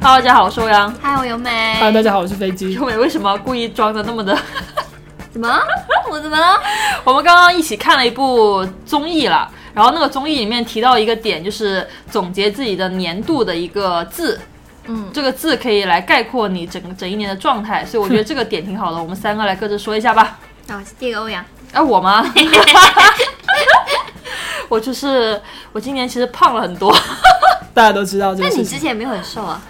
Hello，大家好，我是欧阳。嗨，我由美。嗨，大家好，我是飞机优。美为什么故意装的那么的？ 怎么？ 我怎么了？啊我们刚刚一起看了一部综艺啦，然后那个综艺里面提到一个点，就是总结自己的年度的一个字，嗯，这个字可以来概括你整个整一年的状态，所以我觉得这个点挺好的，我们三个来各自说一下 吧。啊，第一个欧阳，哎、我吗？ 我就是我今年其实胖了很多。大家都知道这哎那个事你之情。前没有很瘦啊？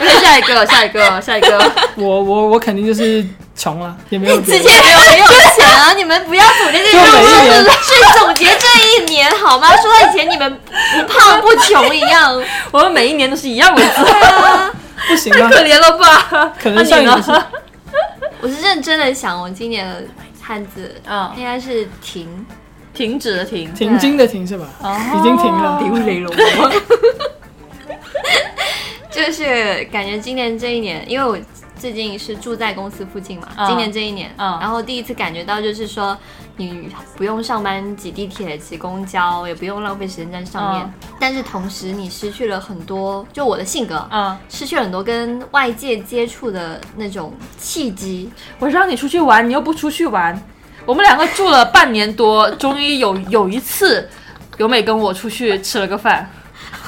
OK，下哎一个，下一个，下一个。我我我肯定就是穷了，也没 有别的。没有很有钱啊！你们不要总结这就每一个年去 总结这一年好吗？说到以前你们不胖不穷一样， 我们每一年都是一样的 字，不行太啊，可怜了吧？可那能上你一呢年是？我是认真的想，我今年的汉字 哦嗯应该是停，停止的停，停经的停是吧？哦已经停了。雷龙王。就是感觉今年这一年，因为我最近是住在公司附近嘛，嗯今年这一年，嗯然后第一次感觉到就是说，你不用上班挤地铁、挤公交，也不用浪费时间在上面，但是同时你失去了很多，就我的性格。嗯，失去了很多跟外界接触的那种契机，我让你出去玩，你又不出去玩。我们两个住了半年多，终于有有一次，由美跟我出去吃了个饭，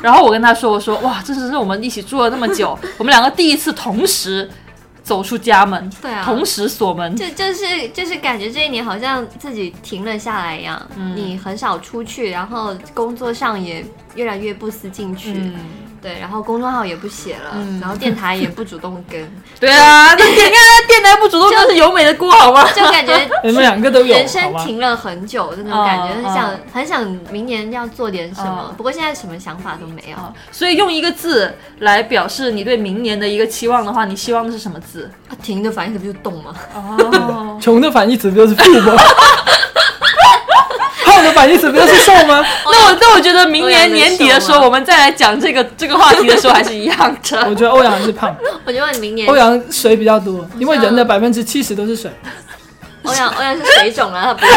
然后我跟她说，我说哇，这只是我们一起住了那么 久，我们两个第一次同时走出家门，对啊同时锁门，就就是就是感觉这一年好像自己停了下来一样，嗯你很少出去，然后工作上也越来越不思进取，嗯，对，然后公众号也不写了，然后电台也不主动 跟，对啊，那你看电台不主动，那是由美的锅好 吗？就感觉你们两个都有，人好生吗？停了很久的那种感觉，嗯很想很想明年要做点什么嗯，不过现在什么想法都没有。啊所以用一个字来表示你对明年的一个期望的话，你希望的是什么字？啊停的反义词不就动吗？ 哦，穷的反义词不就是富吗？ 胖的反义词不就是瘦吗？ 那我那我觉得明欧阳年的年底的时瘦候，吗我们再来讲这个 这个话题的时候还是一样我的。觉得欧阳还 是胖，我觉得你明年欧阳水比较多，因为人的百分之七十都是水。欧阳欧阳是水肿了，他 不要。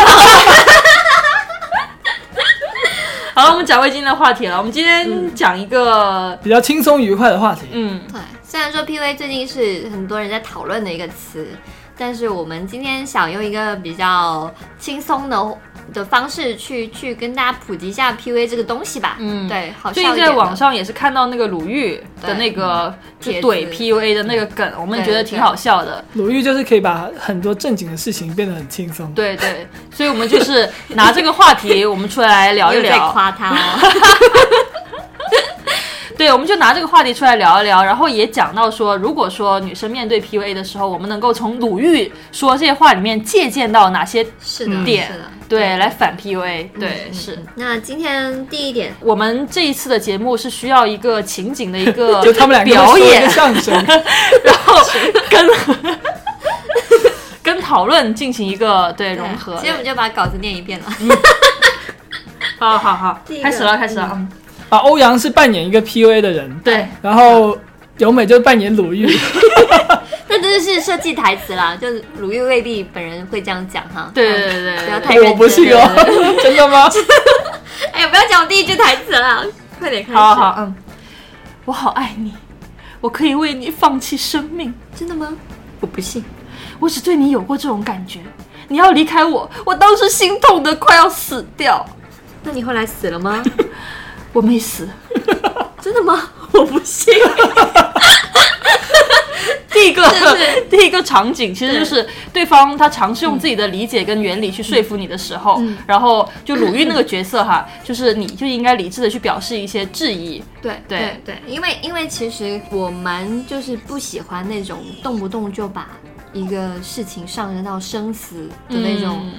好 了，我们讲回今天的话题了。我们今天讲一个，比较轻松愉快的话题，嗯，对，虽然说 P V 最近是很多人在讨论的一个词，但是我们今天想用一个比较轻松的的方式去去跟大家普及一下 P V 这个东西吧。嗯对，好笑最一点近的。在网上也是看到那个鲁豫的那个就对嗯怼帖子 PUA 的那个梗，我们对觉得挺好笑的。鲁豫就是可以把很多正经的事情变得很轻松。对对， 所以我们就是拿这个话题，我们出来聊一 又在聊。夸他哦。对，我们就拿这个话题出来聊一聊，然后也讲到说，如果说女生面对 PUA 的时候，我们能够从鲁豫说这些话里面借鉴到哪些是的，点是的，对来反 PUA，对、是。那今天第一点，我们这一次的节目是需要一个情景的一个 就他们两个表会说一个演，相声， 然后跟跟讨论进行一个对融合。今天我们就把稿子念一遍了。好好好第一，个开始了，开始了。嗯啊，欧阳是扮演一个 PUA 的人，对，然后由美就扮演鲁豫，那这就是设计台词啦，就是鲁豫未必本人会这样讲哈。嗯对对对对不要对太认真我不信哦， 真的吗？哎呀，不要讲我第一句台词啦，快点开始。好好，好，嗯，我好爱你，我可以为你放弃生命。真的吗？我不信。我只对你有过这种感觉。你要离开我，我当时心痛的快要死掉。那你后来死了吗？我没死。真的吗？我不信。第一 个是，第一个场景其实就是对方他尝试用自己的理解跟原理去说服你的时候，然后就鲁豫那个角色哈，就是你就应该理智的去表示一些质疑。 对对对，因为因为其实我蛮就是不喜欢那种动不动就把一个事情上升到生死的那种。嗯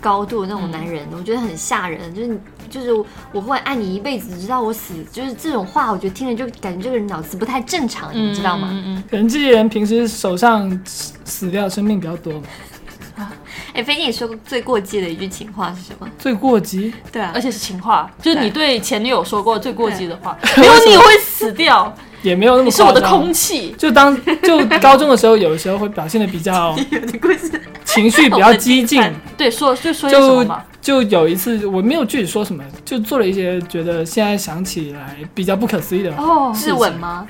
高度那种男人，我觉得很吓人。就是你就是我会爱你一辈子，直到我死，就是这种话，我觉得听着就感觉这个人脑子不太正常，你知道吗？嗯嗯人这些人平时手上死死掉的生命比较多嘛，哎、飞姐，你说过最过激的一句情话是什么？最过激，对啊 哎而且是情话，就是对 你对前女友说过最过激的话，没有你会死掉，也没有那么你是我的夸张空气，就当就高中的时候，有时候会表现的比较 情绪比较激进， 对，说就说些什么就嘛？就有一次我没有具体说什么，就做了一些觉得现在想起来比较不可思议的，哦，。是吻吗？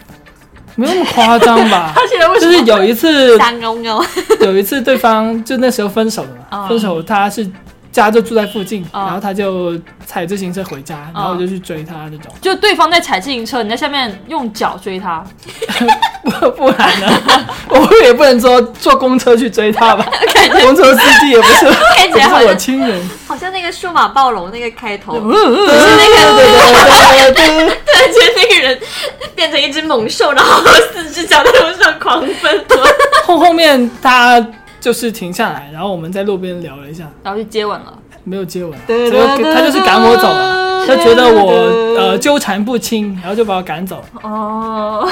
没有那么夸张吧现在 为什就么？是有一次，三公公， 有一次对方就那时候分手了哦嘛，嗯分手他是家就住在附近，嗯然后他就踩自行车回家，哦然后我就去追他那种， 就对方在踩自行车，你在下面用脚追他，不不然呢， 我也不能说坐公车去追 他吧，公车司机也不是看起不来好是我像亲人，好像那个数码暴龙那个开头，突对对对 对对，然间那个人变成一只猛兽，然后四只脚在路上狂奔。后后面他就是停下来，然后我们在路边聊了一下，然后就接吻了。没有接吻，结果他就是赶我走了，他觉得我呃纠缠不清，然后就把我赶走了，哦，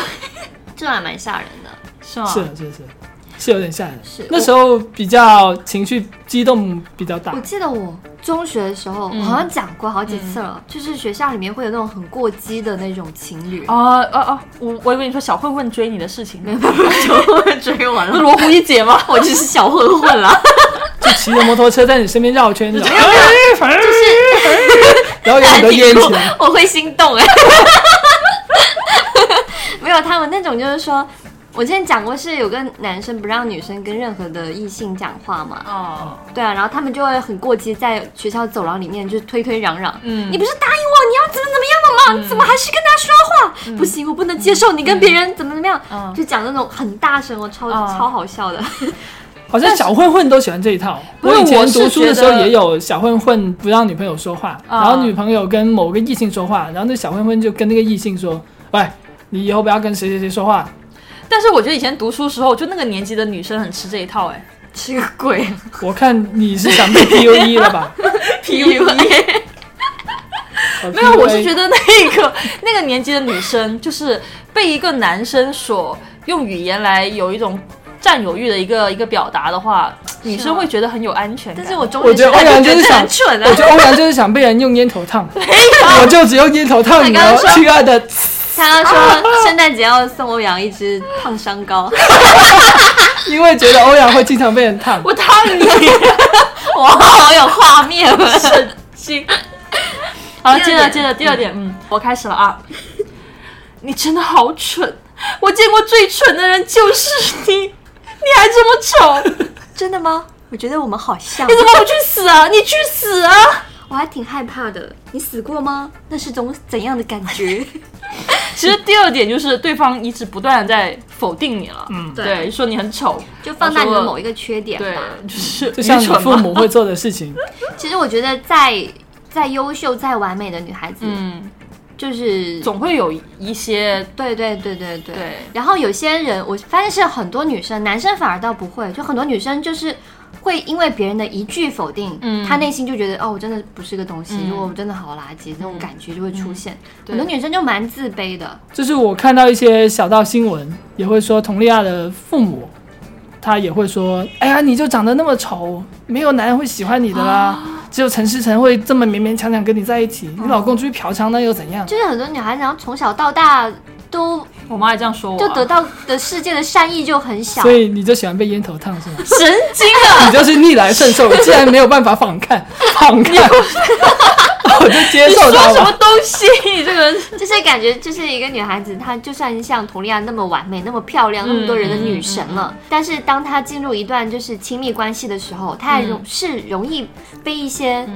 这还蛮吓人的。是吗？是是是，是有点吓人。是那时候比较情绪激动比较大我，记得我中学的时候，嗯我好像讲过好几次了，就是学校里面会有那种很过激的那种情 侣，啊啊啊！我我以为你说小混混追你的事情，呢， 就追 我是了。罗湖一姐吗？我就是小混混了，就骑着摩托车在你身边绕圈那种，然后有很多烟起来，我会心动哎、 没有，他们那种就是说，我之前讲过是有个男生不让女生跟任何的异性讲话嘛， 哦，对啊，然后他们就会很过激，在学校走廊里面就推推嚷嚷。嗯你不是答应我你要怎么怎么样了吗？你怎么还是跟他说话？不行，我不能接受你跟别人怎么怎么样，嗯就讲那种很大声哦，超、嗯超好笑的。好像小混混都喜欢这一套。不我是以前我是读书的时觉候得也有小混混不让女朋友说话，啊然后女朋友跟某个异性说话，然后那小混混就跟那个异性说：“喂，你以后不要跟谁谁谁说话。但是我觉得以前读书时候，就那个年级的女生很吃这一套，哎，吃个鬼！”我看你是想被 PUE 了吧？E PUA 没有，我是得觉得那个那个年级的女生，就是被一个男生所用语言来有一种占有欲的一个一个表达的话，女生会觉得很有安全感。 哎但是我中我学觉时得代欧阳就就是觉得很想蠢我啊。觉得欧阳就是想被人用烟头烫，我就只用烟头烫你，他刚然刚后说亲爱的，他 说圣诞节要送欧阳一支烫伤膏，因为觉得欧阳会经常被 人烫。我烫你哇，好有画面啊！心。好了，第接着二点接着第二点，嗯，我开始了啊。你真的好蠢，我见过最蠢的人就是你，你还这么丑，你真的吗？我觉得我们好像，怎么不去死啊？你去死啊！我还挺害怕的。你死过吗？那是种怎样的感觉？其实第二点就是对方一直不断的在否定你了，嗯对，说你很丑， 就放大你的某一个缺点对吧。，就是就像愚你蠢父嘛母会做的事情，其实我觉得再再优秀、再完美的女孩子，嗯，就是总会有一些对对对对对。对然后有些人，我发现是很多女生，男生反而倒不会，就很多女生就是。会因为别人的一句否定，嗯她内心就觉得哦，我真的不是个东西，嗯我真的好垃圾，那种感觉就会出现。对很多女生就蛮自卑的，就是我看到一些小道新闻，也会说佟丽娅的父母，他也会说：“哎呀，你就长得那么丑，没有男人会喜欢你的啦，只有陈思诚会这么勉勉强强跟你在一起，你老公出去嫖娼那又怎样就是很多女孩子，然后从小到大都我妈也这样说我、就啊，？得到的世界的啊善意就很？”小所，以你就喜欢被烟头烫是吗神经啊！你就是逆来顺受，既然没有办法反抗，反抗， 我就 接你受说它什么吧。东西？你这个人就是感觉，就是一个女孩子，她就算像佟丽娅那么完美、那么漂亮、那么多人的女神了，但是当她进入一段就是亲密关系的时候，她还容、是容易被一些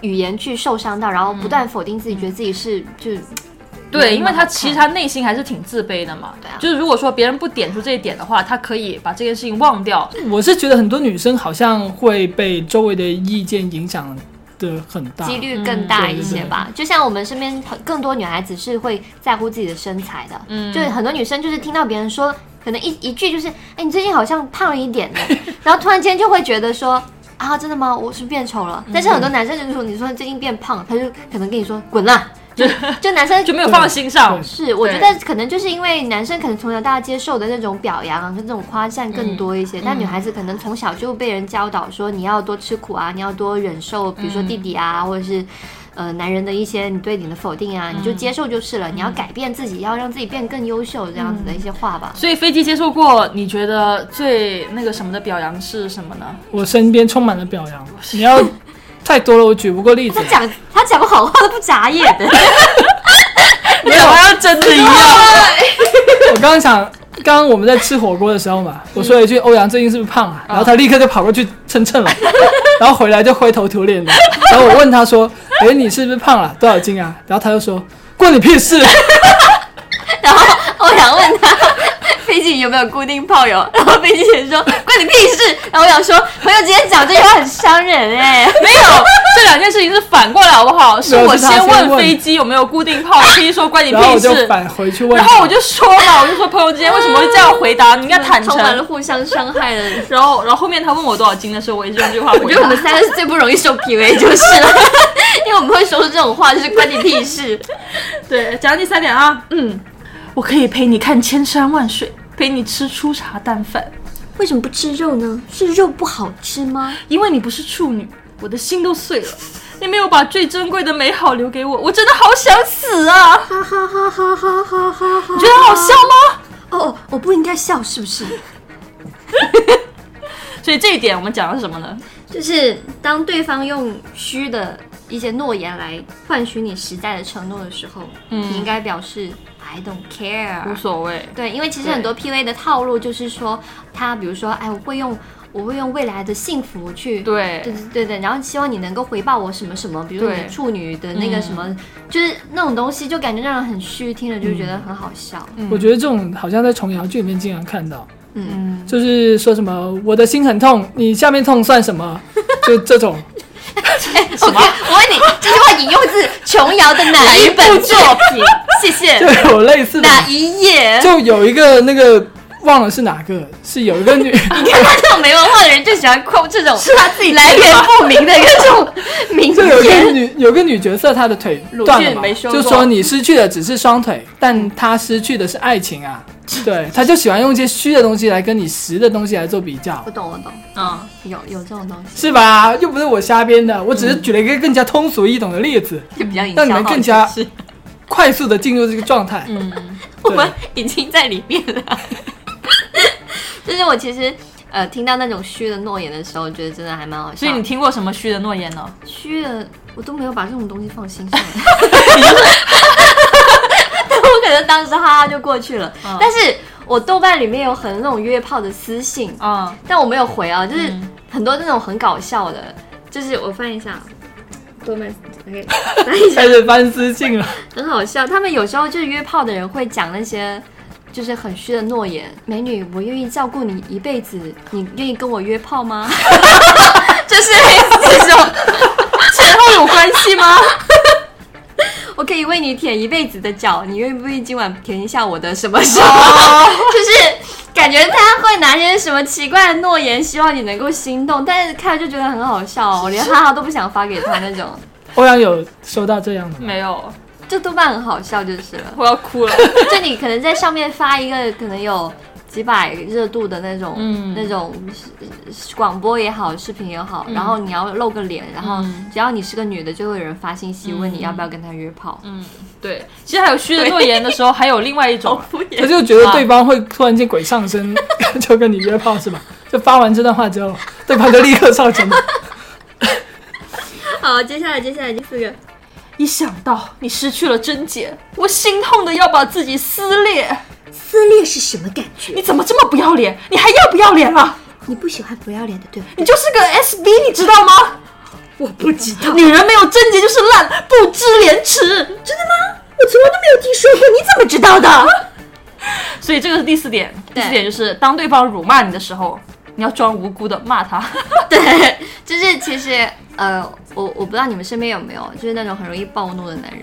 语言去受伤到，然后不断否定自己，觉得自己是就对，没因那为么他好其看实他内心还是挺自卑的嘛。对啊就是如果说别人不点出这一点的话，他可以把这件事情忘掉。我是觉得很多女生好像会被周围的意见影响的很大，几率更大嗯一些吧。就像我们身边很更多女孩子是会在乎自己的身材的，嗯，就是很多女生就是听到别人说，可能一一句就是，哎，你最近好像胖了一点呢， 然后突然间就会觉得说。啊，真的吗？我是变丑了，但是很多男生就是说，你说最近变胖，他就可能跟你说滚啦，就就男生就没有放在心上对，是，我对觉得可能就是因为男生可能从小到大接受的那种表扬啊，跟这种夸赞更多一些，但女孩子可能从小就被人教导说你要多吃苦啊，你要多忍受，比如说弟弟啊，或者是呃男人的一些你对你的否定啊，你就接受就是了。你要改变自己，要让自己变更优秀，这样子的一些话吧。所以飞机接受过，你觉得最那个什么的表扬是什么呢？我身边充满了表扬，你要太多了，我举不过例子他。讲他讲好话都不眨眼的， 你啊怎么要真的一样？我刚刚想，刚刚我们在吃火锅的时候嘛，我说了一句哦欧阳最近是不是胖啊？然后他立刻就跑过去称称了，然后回来就灰头土脸的。然后我问他说：“哎，你是不是胖了？多少斤啊？”然后他就说：“关你屁事然后欧阳问他。飞机你有没有固定炮友？然后飞机姐说关你屁事。然后我想说，朋友今天讲这句话很伤人哎、没有，这两件事情是反过来好不好？是没有我是他先先问问飞机有没有固定炮，飞机说关！”你然后屁我就事。返回去问然他，后我就说嘛，我就说朋友之间为什么会这样回答？你应该坦充满了诚。互相伤害的。然后，然后后面他问我多少斤的时候，我也是用这句话 我回觉得我答。们三个是最不容易受 PUA 就是了， 因为我们会说出这种话，就是关你屁事。对，讲到第三点啊，嗯，我可以陪你看千山万水，陪你吃粗茶淡饭，为什么不吃肉呢？是肉不好吃吗？因为你不是处女，我的心都碎了。你没有把最珍贵的美好留给我，我真的好想死啊！哈哈哈哈哈哈哈哈！你觉得好笑吗？哦，我不应该笑，是不是？所以这一点我们讲的是什么呢？ 就是当对方用虚的一些诺言来换取你实在的承诺的时候，你应该表示 I don't care，无所谓，对，因为其实很多 PV 的套路就是说，他比如说，哎，我会用我会用未来的幸福去对对对对对，然后希望你能够回报我什么什么，比如说你对的处女的那个什么，就是那种东西，就感觉让人很虚，听着就觉得很好笑。我觉得这种好像在琼瑶剧里面经常看到，嗯，就是说什么我的心很痛，你下面痛算 什么？就这种。 OK，我问你，这句话引用自琼瑶的哪一本作品？谢就谢。有类似的，哪一页？就有一个那个忘了是哪个，是有一 个女， 你看他这种没文化的人就喜欢 quote 这种是他自己来源不明的各种名就有一言个。女有个女角色，她的腿鲁断了迅嘛没修过就说你失去的只是双腿，但她失去的是爱 情啊。对，她就喜欢用一些虚的东西来跟你实的东西来做比 较我，懂，我懂，嗯，有有这种东西，是吧？又不是我瞎编的，我只是举了一个更加通俗易懂的例子，就比较营销让你们号更角加 快速的进入这个状态。 我们已经在里面了。就是我其实呃听到那种虚的诺言的时候，觉得真的还蛮好笑所以。你听过什么虚的诺言呢？虚的我都没有把这种东西放心上， 但我可能当时哈哈就过去了。嗯但是我豆瓣里面有很那种约炮的私信， 啊，但我没有回啊，就是嗯很多那种很搞笑的，就是我翻一下豆瓣，OK，翻一下。开始翻私信了，很好笑。他们有时候就是约炮的人会讲那些就是很虚的诺言，美女，我愿意照顾你一辈子，你愿意跟我约炮吗？ 就是类似这种，前后有关系吗？我可以为你舔一辈子的脚，你愿不愿意今晚舔一下我的什么什么？ 就是。感觉他会拿一些什么奇怪的诺言，希望你能够心动，但是看了就觉得很好笑、哦，我连哈哈都不想发给他那 种，欧阳有收到这样的吗？没有，就豆瓣很好笑就是了。我要哭了。就你可能在上面发一个可能有几百热度的那种，嗯那种呃广播也好，视频也好，然后你要露个脸，然后只要你是个女的，就会有人发信息问你要不要跟他约炮。嗯，对，其实还有虚的诺言的时候，还有另外一种，他就觉得对方会突然间鬼上身， 就跟你约炮是吧？就发完这段话之后，对方就立刻上身了。好，接下来接下来第四个，一想到你失去了贞洁，我心痛的要把自己撕裂。撕裂是什么感觉？你怎么这么不要脸？你还要不要脸了？你不喜欢不要脸的，对吧？你就是个 SB，你知道吗？我不知道，女人没有贞洁就是烂，不知廉耻。真的吗？我从来都没有听说过，你怎么知道的？所以这个是第四点，第对四点就是当对方辱骂你的时候，你要装无辜的骂他。 对，就是其实呃，我我不知道你们身边有没有，就是那种很容易暴怒的男人。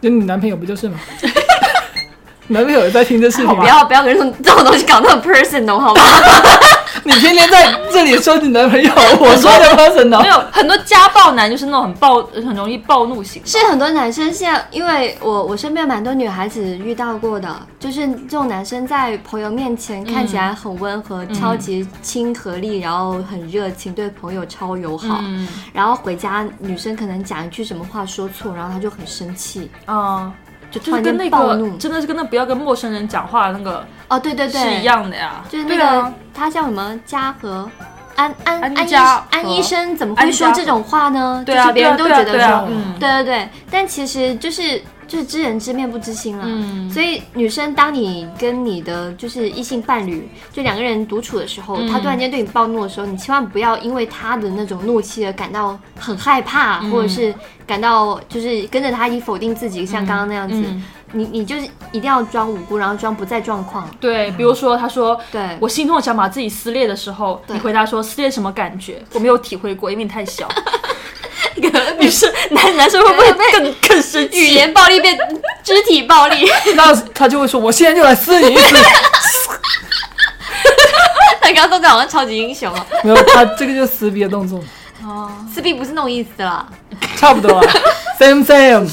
就你男朋友不就是吗？ 男朋友有在听这视频不吗？要不要跟这种这种东西搞那么 personal 好吗？你天天在这里说你男朋友，我说的 personal，没有很多家暴男就是那种很暴、很容易暴怒型。 是很多男生现在，因为我我身边蛮多女孩子遇到过的，就是这种男生在朋友面前看起来很温和，超级亲和力，然后很热情，对朋友超友好，嗯然后回家女生可能讲一句什么话说错，然后他就很生气，啊，哦就突就是然跟那间暴个怒。真的是跟那不要跟陌生人讲话的那个哦，对对对，是一样的呀。就是那对个啊他叫什么嘉禾，安安安安医家和安医生怎么安会家说和这种话呢？对就啊是别人对都啊觉对得啊对说啊嗯，对对对，但其实就是就是知人知面不知心了。嗯所以女生当你跟你的就是异性伴侣，就两个人独处的时候，嗯他突然间对你暴怒的时候，你千万不要因为他的那种怒气而感到很害怕，嗯或者是感到就是跟着他一否定自己，像刚刚那样子，嗯你你就是一定要装无辜，然后装不在状况。对，比如说他说。对，我心痛的想法自己撕裂的时候，对你回答说撕裂什么感觉？我没有体会过，因为你太 小。女生男男生会不会更更生语气？言暴力变肢体暴力， 那他就会说，我现在就来撕你一次。他刚刚动作好像超级英雄哦，没有，他这个就是撕逼的动作，撕逼不是那种意思啦，差不 多啊，same same。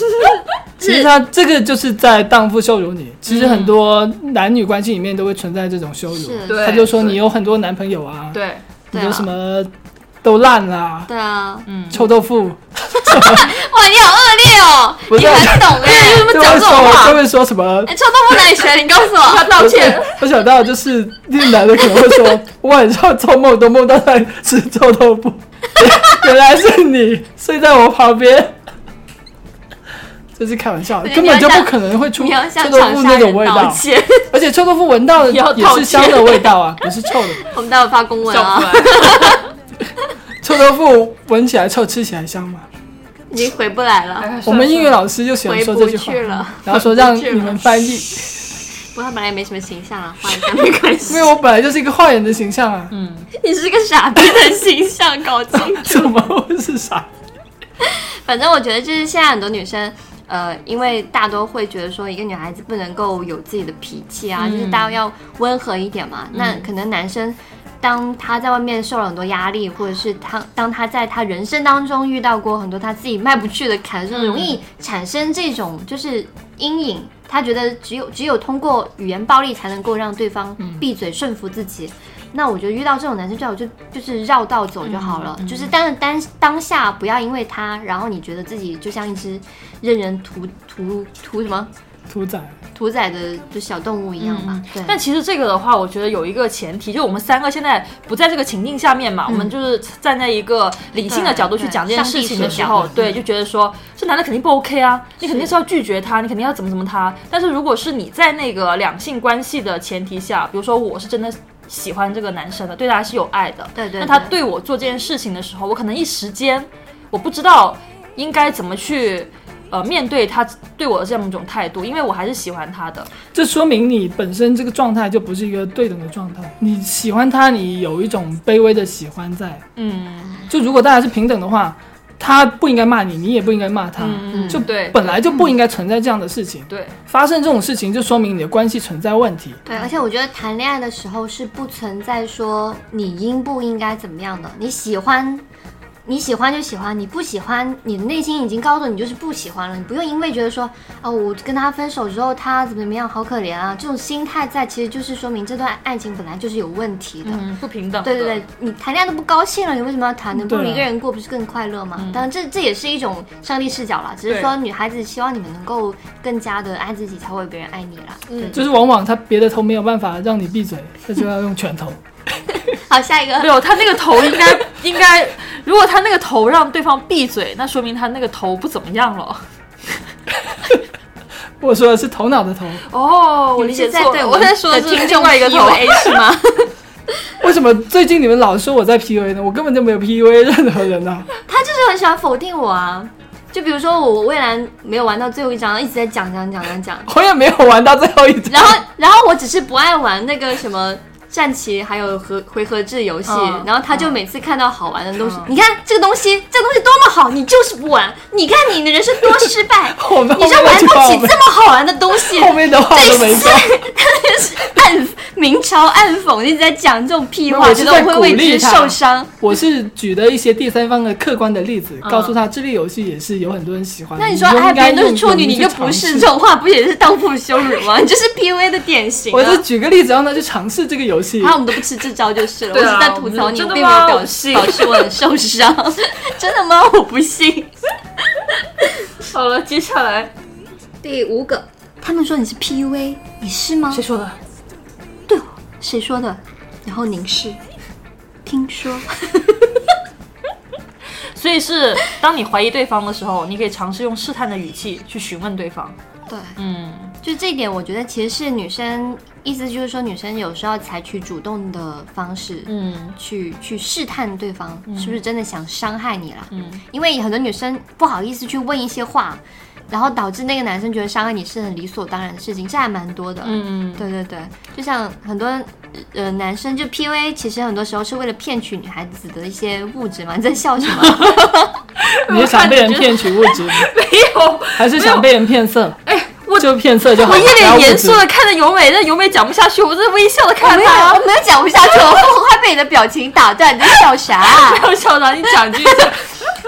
其实他这个就是在荡妇羞辱嗯你，其实很多男女关系里面都会存在这种羞辱。是对他就说你有很多男朋友啊，对，你对有啊什么都烂啦、对啊，臭豆腐，哇，你好恶劣哦，不你是啊很懂哎，就会啊说就会说什么。哎，臭豆腐哪里学的？你告 诉我，他道我想我想到就是那个男的可能会说，我晚上做梦都梦到在吃臭豆腐， 原来是你睡在我旁边。 这是开玩笑的，对根本就不可能会出你要臭向豆长腐沙那种人味道道，歉，而且臭豆腐闻到的你要也道是歉香的味道啊， 不是臭的。我们待会发公 文笑出啊，来。臭豆腐闻起来臭，吃起来香嘛。啊已经回不来了。哎我们英语老师就喜欢说这句话啊回不去了，然后说让你们翻译，不过他本来也没什么形象啊，换一下没关系因为。我本来就是一个坏人的形象啊， 你是个傻逼的形象，搞清楚。怎么会是傻？反正我觉得就是现在很多女生，呃，因为大多会觉得说一个女孩子不能够有自己的脾气啊，就是大家要温和一点嘛。那可能男生。当他在外面受了很多压力，或者是他当他在他人生当中遇到过很多他自己迈不去的坎，就容易产生这种就是阴影。他觉得只有只有通过语言暴力才能够让对方闭嘴顺服自己。那我觉得遇到这种男生，最好就就是绕道走就好嗯了。就是但是当当下不要因为他，然后你觉得自己就像一只任人屠屠屠什么屠宰，屠宰的就小动物一样吧。对，但其实这个的话，我觉得有一个前提，就我们三个现在不在这个情境下面嘛，我们就是站在一个理性的角度去讲这件事情的时候，对对，就觉得说这男的肯定不 OK 啊，你肯定是要拒绝他，你肯定要怎么怎么他。但是如果是你在那个两性关系的前提下，比如说我是真的。喜欢这个男生的，对他是有爱的。对对那他对对我做这件事情的时候，我可能一时间我不知道应该怎么去呃面对他对我的这么一种态度，因为我还是喜欢他的。这说明你本身这个状态就不是一个对等的状态。你喜欢他，你有一种卑微的喜欢在。嗯，就如果大家是平等的话，他不应该骂你，你也不应该骂他，嗯就对嗯本来就不应该存在这样的事情。对，发生这种事情，就说明你的关系存在问题。对，而且我觉得谈恋爱的时候是不存在说你应不应该怎么样的，你喜欢。你喜欢就喜欢，你不喜欢，你的内心已经告诉你就是不喜欢了，你不用因为觉得说，哦，我跟他分手之后他怎么怎么样，好可怜啊，这种心态在其实就是说明这段爱情本来就是有问题的。嗯，不平等。对对对，，你谈恋爱都不高兴了，你为什么要谈呢？不如对啊一个人过，不是更快乐吗？当然这，这也是一种上帝视角啦，只是说女孩子希望你们能够更加的爱自己，才会有别人爱你啦。嗯，就是往往他别的头没有办法让你闭嘴，他就要用拳头。 好，下一没个，有他那个头应 该应该，如果他那个头让对方闭嘴，那说明他那个头不怎么样了。我说的是头脑的头，哦，我理解是在错对了，我我在说的的是听另众外一个头。 PUA 是 吗？为什么最近你们老说我在 PUA 呢？我根本就没有 PUA 任何人啊！他就是很喜欢否定我啊。就比如说我蔚蓝没有玩到最后一张，一直在讲讲讲讲讲，我也没有玩到最后一张。，然后然后我只是不爱玩那个什么。战棋还有回回合制游戏，嗯然后他就每次看到好玩的东西，你看这个东西，这个东西多么好，你就是不玩，你看你的人生多失败 我们后你面就玩那句不话起我没这么好玩的东西， 后面的话我都没说。暗死，没明嘲暗讽，一直在讲这种屁话，我觉是得我在会鼓为励之他受伤。我是举的一些第三方的客观的例子，嗯告诉他智力游戏也是有很多人喜欢的。那你说，就哎，应别该人都是用处女，勇你气就去不尝试是这种话，不也是荡妇羞辱吗？ 你这是 PUA 的典型、啊。我就举个例子让他去尝试这个游戏然。后我们都不吃这招就是了。对啊我只是在吐槽你，我们真的并没有吗我表不信表示我很受伤。 真的吗？我不信。好了，接下来第五个，他们说你是 PUA，你是吗谁？说的？对， 谁说的？然后凝视，听说。所以是当你怀疑对方的时候，你可以尝试用试探的语气去询问对方。对，嗯，就这一点，我觉得其实是女生，意思就是说女生有时候要采取主动的方式，嗯去去试探对方是不是真的想伤害你了。嗯，因为很多女生不好意思去问一些话，然后导致那个男生觉得伤害你是很理所当然的事情，这还蛮多的。嗯，对对对，就像很多呃男生就 PUA，其实很多时候是为了骗取女孩子的一些物质嘛。你在笑 什么？ 你是想被人骗取物质，没有，还是想被人骗色？哎，我就骗色就好。我一不要脸物严质肃的看着由美，但由美讲不下去，我在微笑的看没有，啊她我。没有讲不下去，我快被你的表情打断，你在笑啥、不要笑场，你讲一句。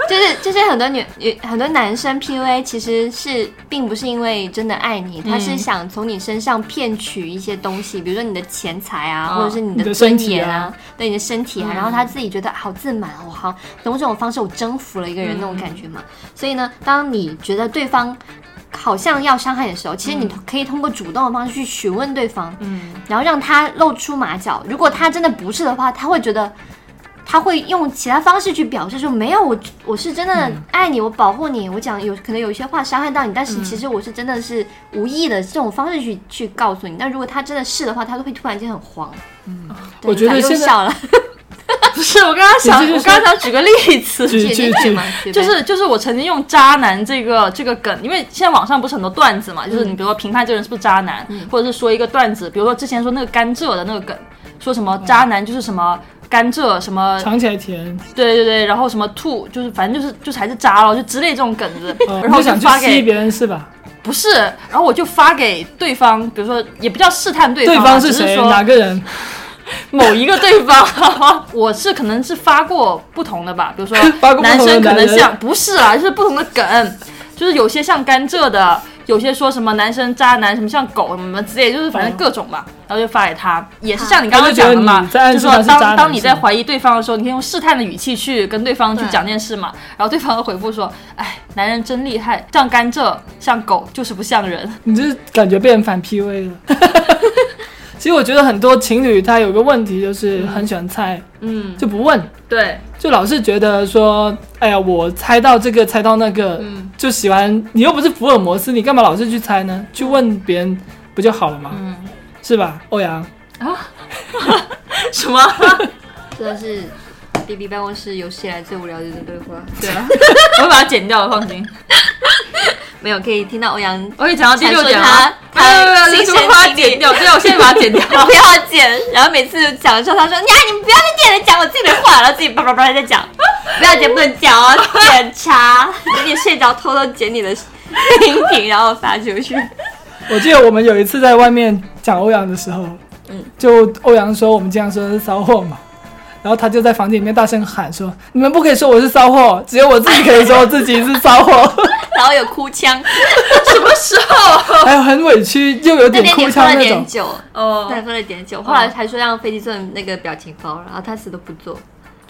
就是就是很多女女很多男生 PUA 其实是并不是因为真的爱你，他嗯是想从你身上骗取一些东西，比如说你的钱财啊，嗯或者是你哦你的尊身体严啊，对你的身体啊，然后他自己觉得好自满，我好用这种方式我征服了一个人嗯那种感觉嘛。所以呢，当你觉得对方好像要伤害你的时候，其实你可以通过主动的方式去询问对方，嗯，然后让他露出马脚。如果他真的不是的话，他会觉得，他会用其他方式去表示说，没有我，我是真嗯的爱你，我保护你，我讲有可能有一些话伤害到你，但嗯是其实我是真的是无意的这种方式去去告诉你。但如果他真的是的话，他都会突然间很慌。嗯，我觉得又现在笑了，不是，我刚刚想，你这就我是刚刚想举个例子，举姐举姐举嘛，姐妹就是就是我曾经用渣男这个这个梗，因为现在网上不是很多段子嘛，就是嗯你比如说评判这个人是不是渣男，或者是说一个段子，比如说之前说那个甘蔗的那个梗，说什么渣男就是什么嗯甘蔗什么，尝起来甜，对对对，然后什么吐，就是反正就是就是还是渣了，就之类这种梗子，呃然后我你想去发吸给别人是吧？不是，然后我就发给对方，比如说也不叫试探对对方啊，方只是是谁？说哪个人？ 某一个对方， 我是可能是发过不同的吧，比如说 发过不男同的生可能男人像不是啊，就是不同的梗，就是有些像甘蔗的，有些说什么男生渣男什么像狗什么之类，就是反正各种吧，然后就发给他，也是像你刚刚讲的嘛，嗯他就就觉得你在暗示他说是渣当男当你是在吗怀疑对方的时候，你可以用试探的语气去跟对方去对讲这件事嘛，然后对方的回复说，哎，男人真厉害，像甘蔗像狗就是不像人，你这感觉被人反 PUA 了。 其实我觉得很多情侣他有个问题就是很喜欢猜，嗯，就不问，对，就老是觉得说，哎呀，我猜到这个，猜到那个，嗯就喜欢你又不是福尔摩斯，你干嘛老是去猜呢？去问别人不就好了吗？嗯，是吧，哦欧阳？ 什么？ 真的是 B B 办公室有史以来最无聊的一种对话，对了，我会把它剪掉的，放心。没有可以听到欧 阳我可以讲到第六点阐吗述？没他有没有他没有，亲这个我身把它经历剪掉，对，我现在把它 剪掉。不要剪。然后每次讲的时候，他说：“你啊，你们不要再剪了，讲我自己的话。”然后自己叭叭叭在讲，不要剪，不能讲哦，检查。你睡着偷偷剪你的音频，然后发出去。 我记得我们有一次在外面讲欧阳的时候，嗯就欧阳说我们经常说是骚货嘛，然后他就在房间里面大声喊说：“你们不可以说我是骚货，只有我自己可以说我自己是骚 货。然后有哭腔，什么时候？”还有很委屈又那有点天你哭喝腔了那点种。酒，对，哦，喝了点酒。后来还说让飞机做那个表情包，然后他死都不做，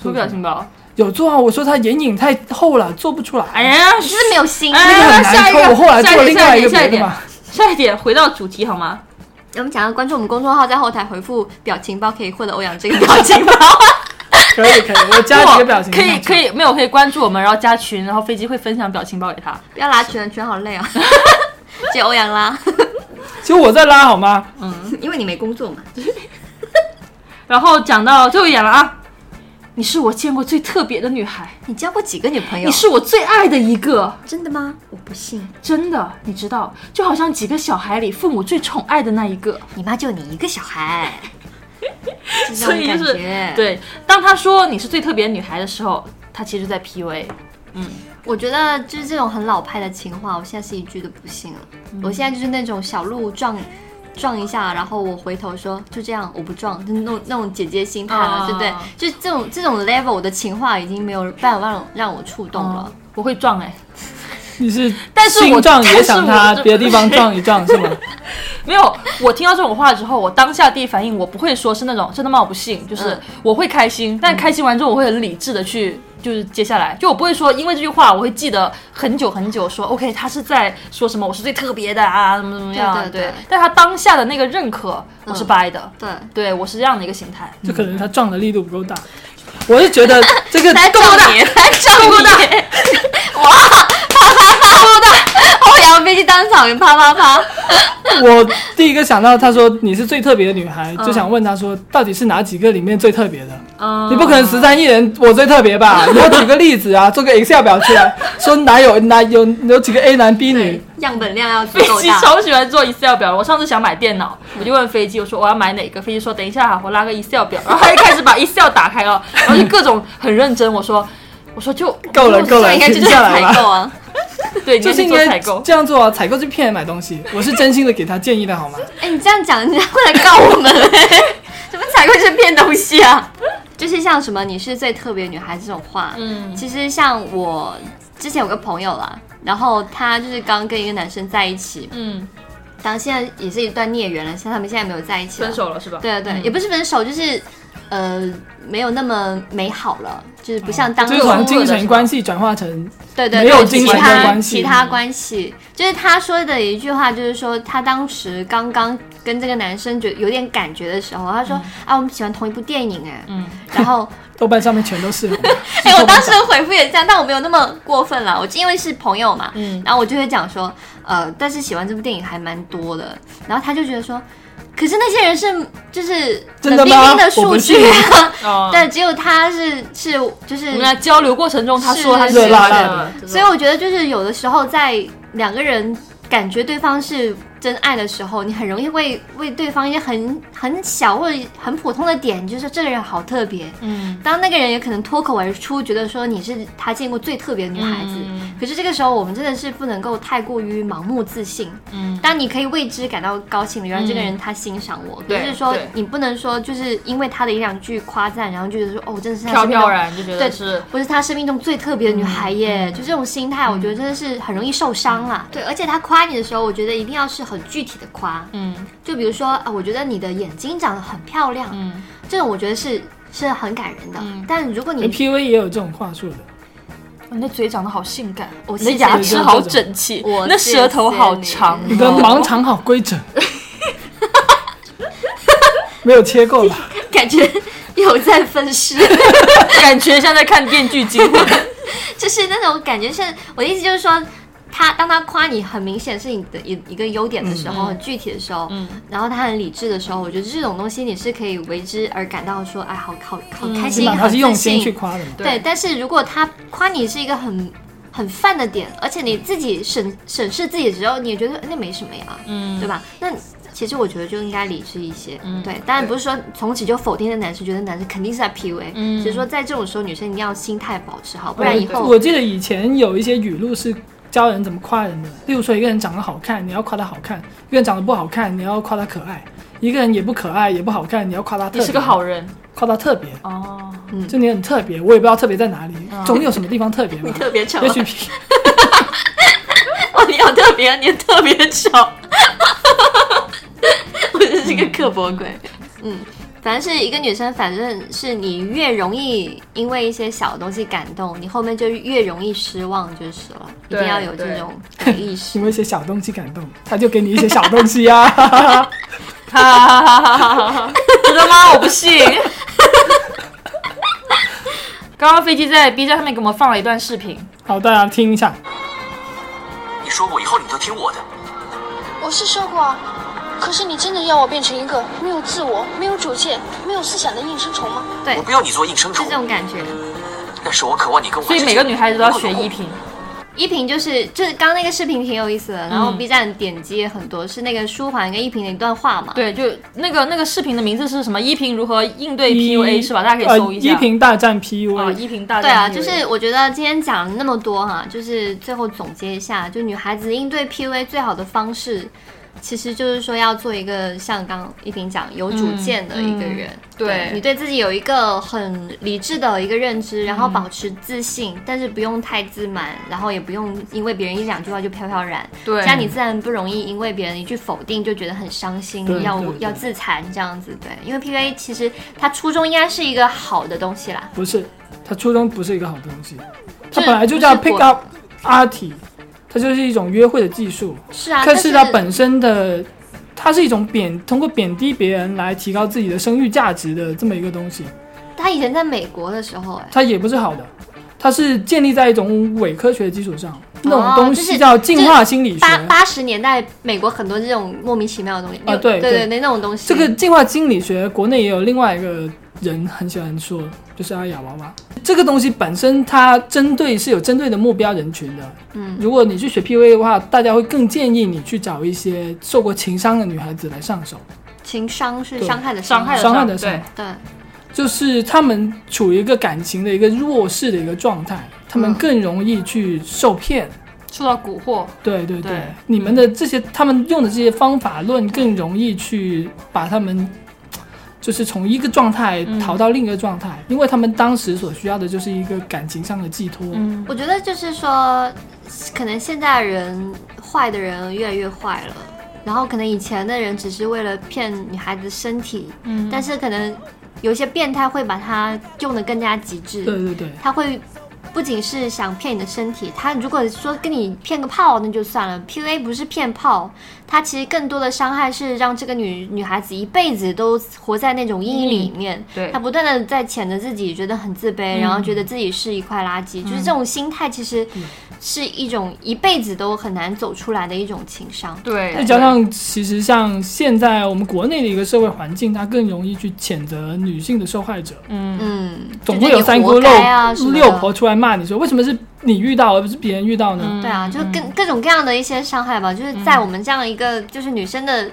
出表情包。有做啊，我说他眼影太厚了，做不出来。哎呀，就是没有心。哎那个很下难一个抠，我后来下一做个另外一个下一别个的嘛。下一点，回到主题好 吗？我们想要关注我们公众号，在后台回复“表情包”可以获得欧阳这个表情包。可以可以，我加几个表情可上去。以可以，没有可以关注我们，然后加群，然后飞机会分享表情包给他。不要拉群了，群好累 啊。只有欧阳拉，其实我在拉好吗？嗯因为你没工作嘛。然后讲到最后一点了啊，你是我见过最特别的女孩，你交过几个女朋友？你是我最爱的一个，真的吗？我不信，真的，你知道，就好像几个小孩里父母最宠爱的那一个。你妈就你一个小 孩，是这所种以感就是觉。，对，当他说你是最特别的女孩的时候，他其实就在 PUA。我觉得嗯就是这种很老派的情话，我现在是一句都不信了。我现在就是那种小鹿撞撞一下，然后我回头说就这样，我不撞，就那种那种姐姐心态了，啊对不对？就这种这种 level 的情话已经没有办法让让我触动了。我会撞哎、你是但是我心撞但也是想我他这别的 地方撞一撞是吗？没有，我听到这种话之后，我当下第一反应我不会说是那种真的吗？我不信，就是嗯我会开心，但开心完之后我会很理智的去。就是接下来，就我不会说，因为这句话我会记得很久很久说。OK，他是在说什么？我是最特别的啊，怎么怎么样？对对嗯对但他当下的那个认可，我是掰的。对，对我是这样的一个心态。就可能他撞的力度不够大。我是觉得这个嗯 来动撞你，来撞哎你， 哇，啪啪啪，够大， 欧阳飞机当场给啪啪啪。我第一个想到，他说你是最特别的女孩，就嗯想问他说到底是哪几个里面最特别的？嗯，哦你不可能十三亿人我最特 别吧？你给我举个例子啊，做个 Excel 表出来，说哪有哪有有几个 A 男 B 女对？， 样本量 要足飞够机大。超喜欢做 Excel 表，我上次想买电脑，我就问飞机，我说我要买哪个？飞机说等一下哈，我拉个 Excel 表， 然后他就开始把 Excel 打开了，然后就各种很认真，我说我说就够了就够了这应该去停做下来吧采购啊！ 对，就是你应要去做该采购。这样做啊，采购去骗人买东西。我是真心的给他建议的好吗？哎，你这样讲，人家会来告我们、怎么采购是骗东西啊？ 就是像什么你是最特别女孩这种话，嗯其实像我之前有个朋友啦，然后他就是刚跟一个男生在一起，嗯，当现在也是一段孽缘了，像他们现在没有在一起了分。手了是吧？对对对，嗯也不是分手，就是呃没有那么美好了，就是不像当哦就初是从从精精神神关关系转化成对对，没有对精其神的他关系其他关系，就是他说的一句话，就是说他当时刚刚跟这个男生觉有点感觉的时候，他说、啊，我们喜欢同一部电影哎，嗯， 然后豆瓣上面全都是红。 哎、我当时的回复也是这样，但我没有那么过分啦，我因为是朋友嘛，嗯然后我就会讲说，呃，但是喜欢这部电影还蛮多的，然后他就觉得说。可是那些人是就是真的冷冰吗冰的我数不据 啊，哦，但只有他是是就是我们在交流过程中，他说他是喜欢热辣辣的的，所以我觉得就是有的时候在两个人感觉对方是真爱的时候，你很容易为为对方一些很很小或者很普通的点，就是这个人好特别。嗯，当那个人也可能脱口而出，觉得说你是他见过最特别的女孩子。嗯可是这个时候，我们真的是不能够太过于盲目自信。嗯，当你可以为之感到高兴的，原来这个人他欣赏我，对可是说对你不能说就是因为他的一两句夸赞，然后就觉得说哦，真的是他飘身边飘的然就觉得对是我是她生命中最特别的女孩耶，就这种心态，我觉得真的是很容易受伤啦。对，而且她夸你的时候，我觉得一定要是很具体的夸，嗯就比如说啊，我觉得你的眼睛长得很漂亮，嗯这种我觉得是是很感人的。但如果你 P U A 也有这种话术的，你的嘴长得好性感，我你的谢谢牙你齿这好种整齐，我那谢舌头谢好你长，你的盲肠好规 整，没有切 够吧？ 感觉有在分尸， 感觉像在看《电锯惊 魂》。就是那种感觉是，我的意思就是说。他当他夸你很明显是你的一一个优点的时候，嗯很具体的时候，嗯然后他很理智的时候，我觉得这种东西你是可以为之而感到说，哎，好好好开嗯起心，码很他是用自心信去夸的嘛。对，但是如果他夸你是一个很很泛的点，而且你自己审审视自己的时候，你也觉得哎那没什么呀，嗯对吧？那其实我觉得就应该理智一些，嗯对。当然不是说从此就否定这男生，觉得男生肯定是在 PUA，嗯只是说在这种时候，女生一定要心态保持好，不然以我后我记得以前有一些语录是教人怎么夸人的，例如说一个人长得好看，你要夸他好看；一个人长得不好看，你要夸他可爱；一个人也不可爱也不好看，你要夸他你特别，是个好人夸他特别，哦，就你很特别，我也不知道特别在哪里，总有什么地方特别吧。嗯特别丑也许 P 哦，你好特别，你特别丑， 我真是个刻薄鬼。嗯，反正是一个女生，反正是你越容易因为一些小东西感动，你后面就越容易失望就是了。一对定要有这种这种意因识。 为一些小东西感动，他就给你一些小东西啊呀、哈哈哈哈哈哈！真的吗？我不 信。刚刚飞机在 B 站上面给我们放了一段视频， 好，大家听一下，你说过以后你都听我的，我是说过啊，可是你真的要我变成一个没有自我、没有主见、没有思想的应声虫吗？对我，不要你做应声是虫这，种感觉。但是我渴望你跟我。所以每个女孩子都要学依。哦萍。依萍就是就是刚刚那个视频挺有意思的，然后嗯 B 站点击也很多，是那个舒缓跟依萍的一段话嘛。对，就那个那个视频的名字是什么？依萍如何应对一 PUA 是吧？大家可以搜一下。呃、依萍大战啊， PUA，、依萍大对啊，战 PUA。就是我觉得今天讲了那么多哈、就是最后总结一下，就女孩子应对 PUA 最好的方式，其实就是说要做一个像刚一婷讲有主见的一个人，对你对自己有一个很理智的一个认知，然后保持自信，但是不用太自满，然后也不用因为别人一两句话就飘飘然，对这样你自然不容易因为别人一句否定就觉得很伤心对，要对对要自残这样子，对，因为 PUA 其实它初衷应该是一个好的东西啦，不是，它初衷不是一个好东西，它是本来就叫不是 pick 我 up art，它就是一种约会的技术。是啊，可但是它本身的，它是一种贬，通过贬低别人来提高自己的声誉价值的这么一个东西，他以前在美国的时候，哎，它也不是好的，它是建立在一种伪科学的基础上，那哦种东就西是叫进化心理学。八八十年代美国很多这种莫名其妙的东西啊对对对对，那种东西，这个进化心理学，国内也有另外一个人很喜欢说，就是阿雅娃娃。这个东西本身它针对是有针对的目标人群的。嗯，如果你去学 PUA 的话，大家会更建议你去找一些受过情伤的女孩子来上手，情商是对伤害的伤害的伤害的伤对，对，就是他们处于一个感情的一个弱势的一个状态，他们嗯更容易去受骗。受到蛊惑，对对对，对你们的这些他们用的这些方法论更容易去把他们，就是从一个状态嗯逃到另一个状态，因为他们当时所需要的就是一个感情上的寄托。嗯，我觉得就是说，可能现在人坏的人越来越坏了，然后可能以前的人只是为了骗女孩子身体，嗯但是可能有一些变态会把它用的更加极致，对对对，他会不仅是想骗你的身体，他如果说跟你骗个炮那就算了，PUA 不是骗炮，他其实更多的伤害是让这个女女孩子一辈子都活在那种阴影里面，嗯对她不断的在谴责自己，觉得很自卑，嗯然后觉得自己是一块垃圾，就是这种心态其实是一种一辈子都很难走出来的一种情商。对，再加上其实像现在我们国内的一个社会环境，它更容易去谴责女性的受害者，嗯，嗯，总就觉得会有你三姑活六、该啊什么的六婆出来骂你说为什么是你遇到而不是别人遇到呢？嗯对啊，就是各各种各样的一些伤害吧，就是在我们这样一个就是女生的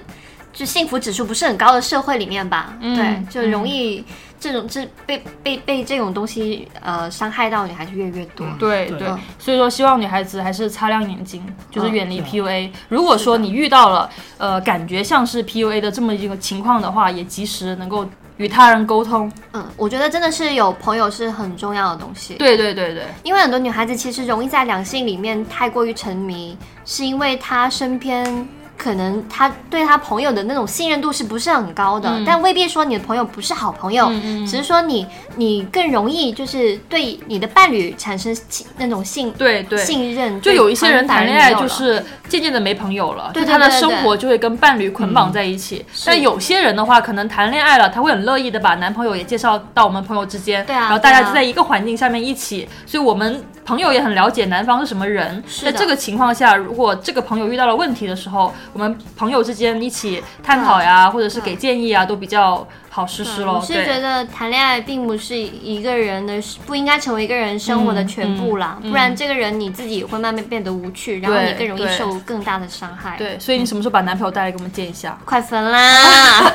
就幸福指数不是很高的社会里面吧，嗯对，就容易这种这被被被这种东西呃伤害到女孩子越来越多。对对对嗯，所以说希望女孩子还是擦亮眼睛，就是嗯远离对啊 PUA。如果说你遇到了呃感觉像是 PUA 的这么一个情况的话，也及时能够与他人沟通。嗯，我觉得真的是有朋友是很重要的东西。对对对对，因为很多女孩子其实容易在两性里面太过于沉迷，是因为她身边可能她对她朋友的那种信任度是不是很高的，嗯但未必说你的朋友不是好朋友，只是说你你更容易就是对你的伴侣产生信那种信对对信任，就有一些人谈恋爱就反而没有了是渐渐的没朋友了，对就对他的对对嗯生活就会跟伴侣捆绑在一起。但有些人的话，可能谈恋爱了，他会很乐意的把男朋友也介绍到我们朋友之间，对啊然后大家对啊就在一个环境下面一起，所以我们朋友也很了解男方是什么人。是在的这个情况下，如果这个朋友遇到了问题的时候，我们朋友之间一起探讨呀，或者是给建议啊，都比较好实施嗯咯。我是觉哦对，得谈恋爱并不是一个人的，不应该成为一个人生活的全部啦，嗯嗯不然这个人你自己也会慢慢变得无趣，然后对你更容易对受更大的伤害。，对，所以你什么时候把男朋友带来给我们见一下？快分啦！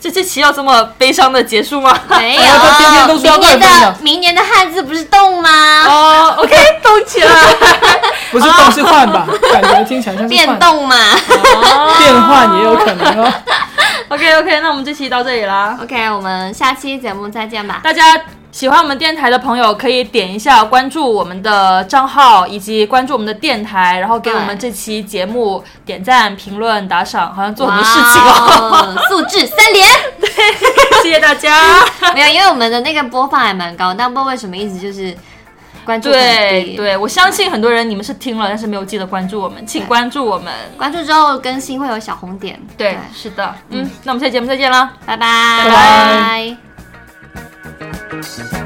这这期要这么悲伤的结束吗？哎 没有，大家天天都说要明年二分的的明年的汉字不是动吗？哦，OK，动 起来。 不是动是换吧？感觉听起来像是变换，动嘛。 变换也有可能哦。 OK OK，那我们这期到这里啦。 OK，我们下期节目再见吧。大家喜欢我们电台的朋友，可以点一下关注我们的账号，以及关注我们的电台，然后给我们这期节目点赞、评论、打赏，好像做很多事情哦。哇哦，素质三连。 谢谢大 家。没有，因为我们的那个播放还蛮高，但不知道为什么一直就是关注很对低。对，我相信很多人你们是听了，但是没有记得关注我们，请关注我们。关注之后更新会有小红点。对，是嗯的，嗯，那我们下期节目再见啦。拜拜拜拜。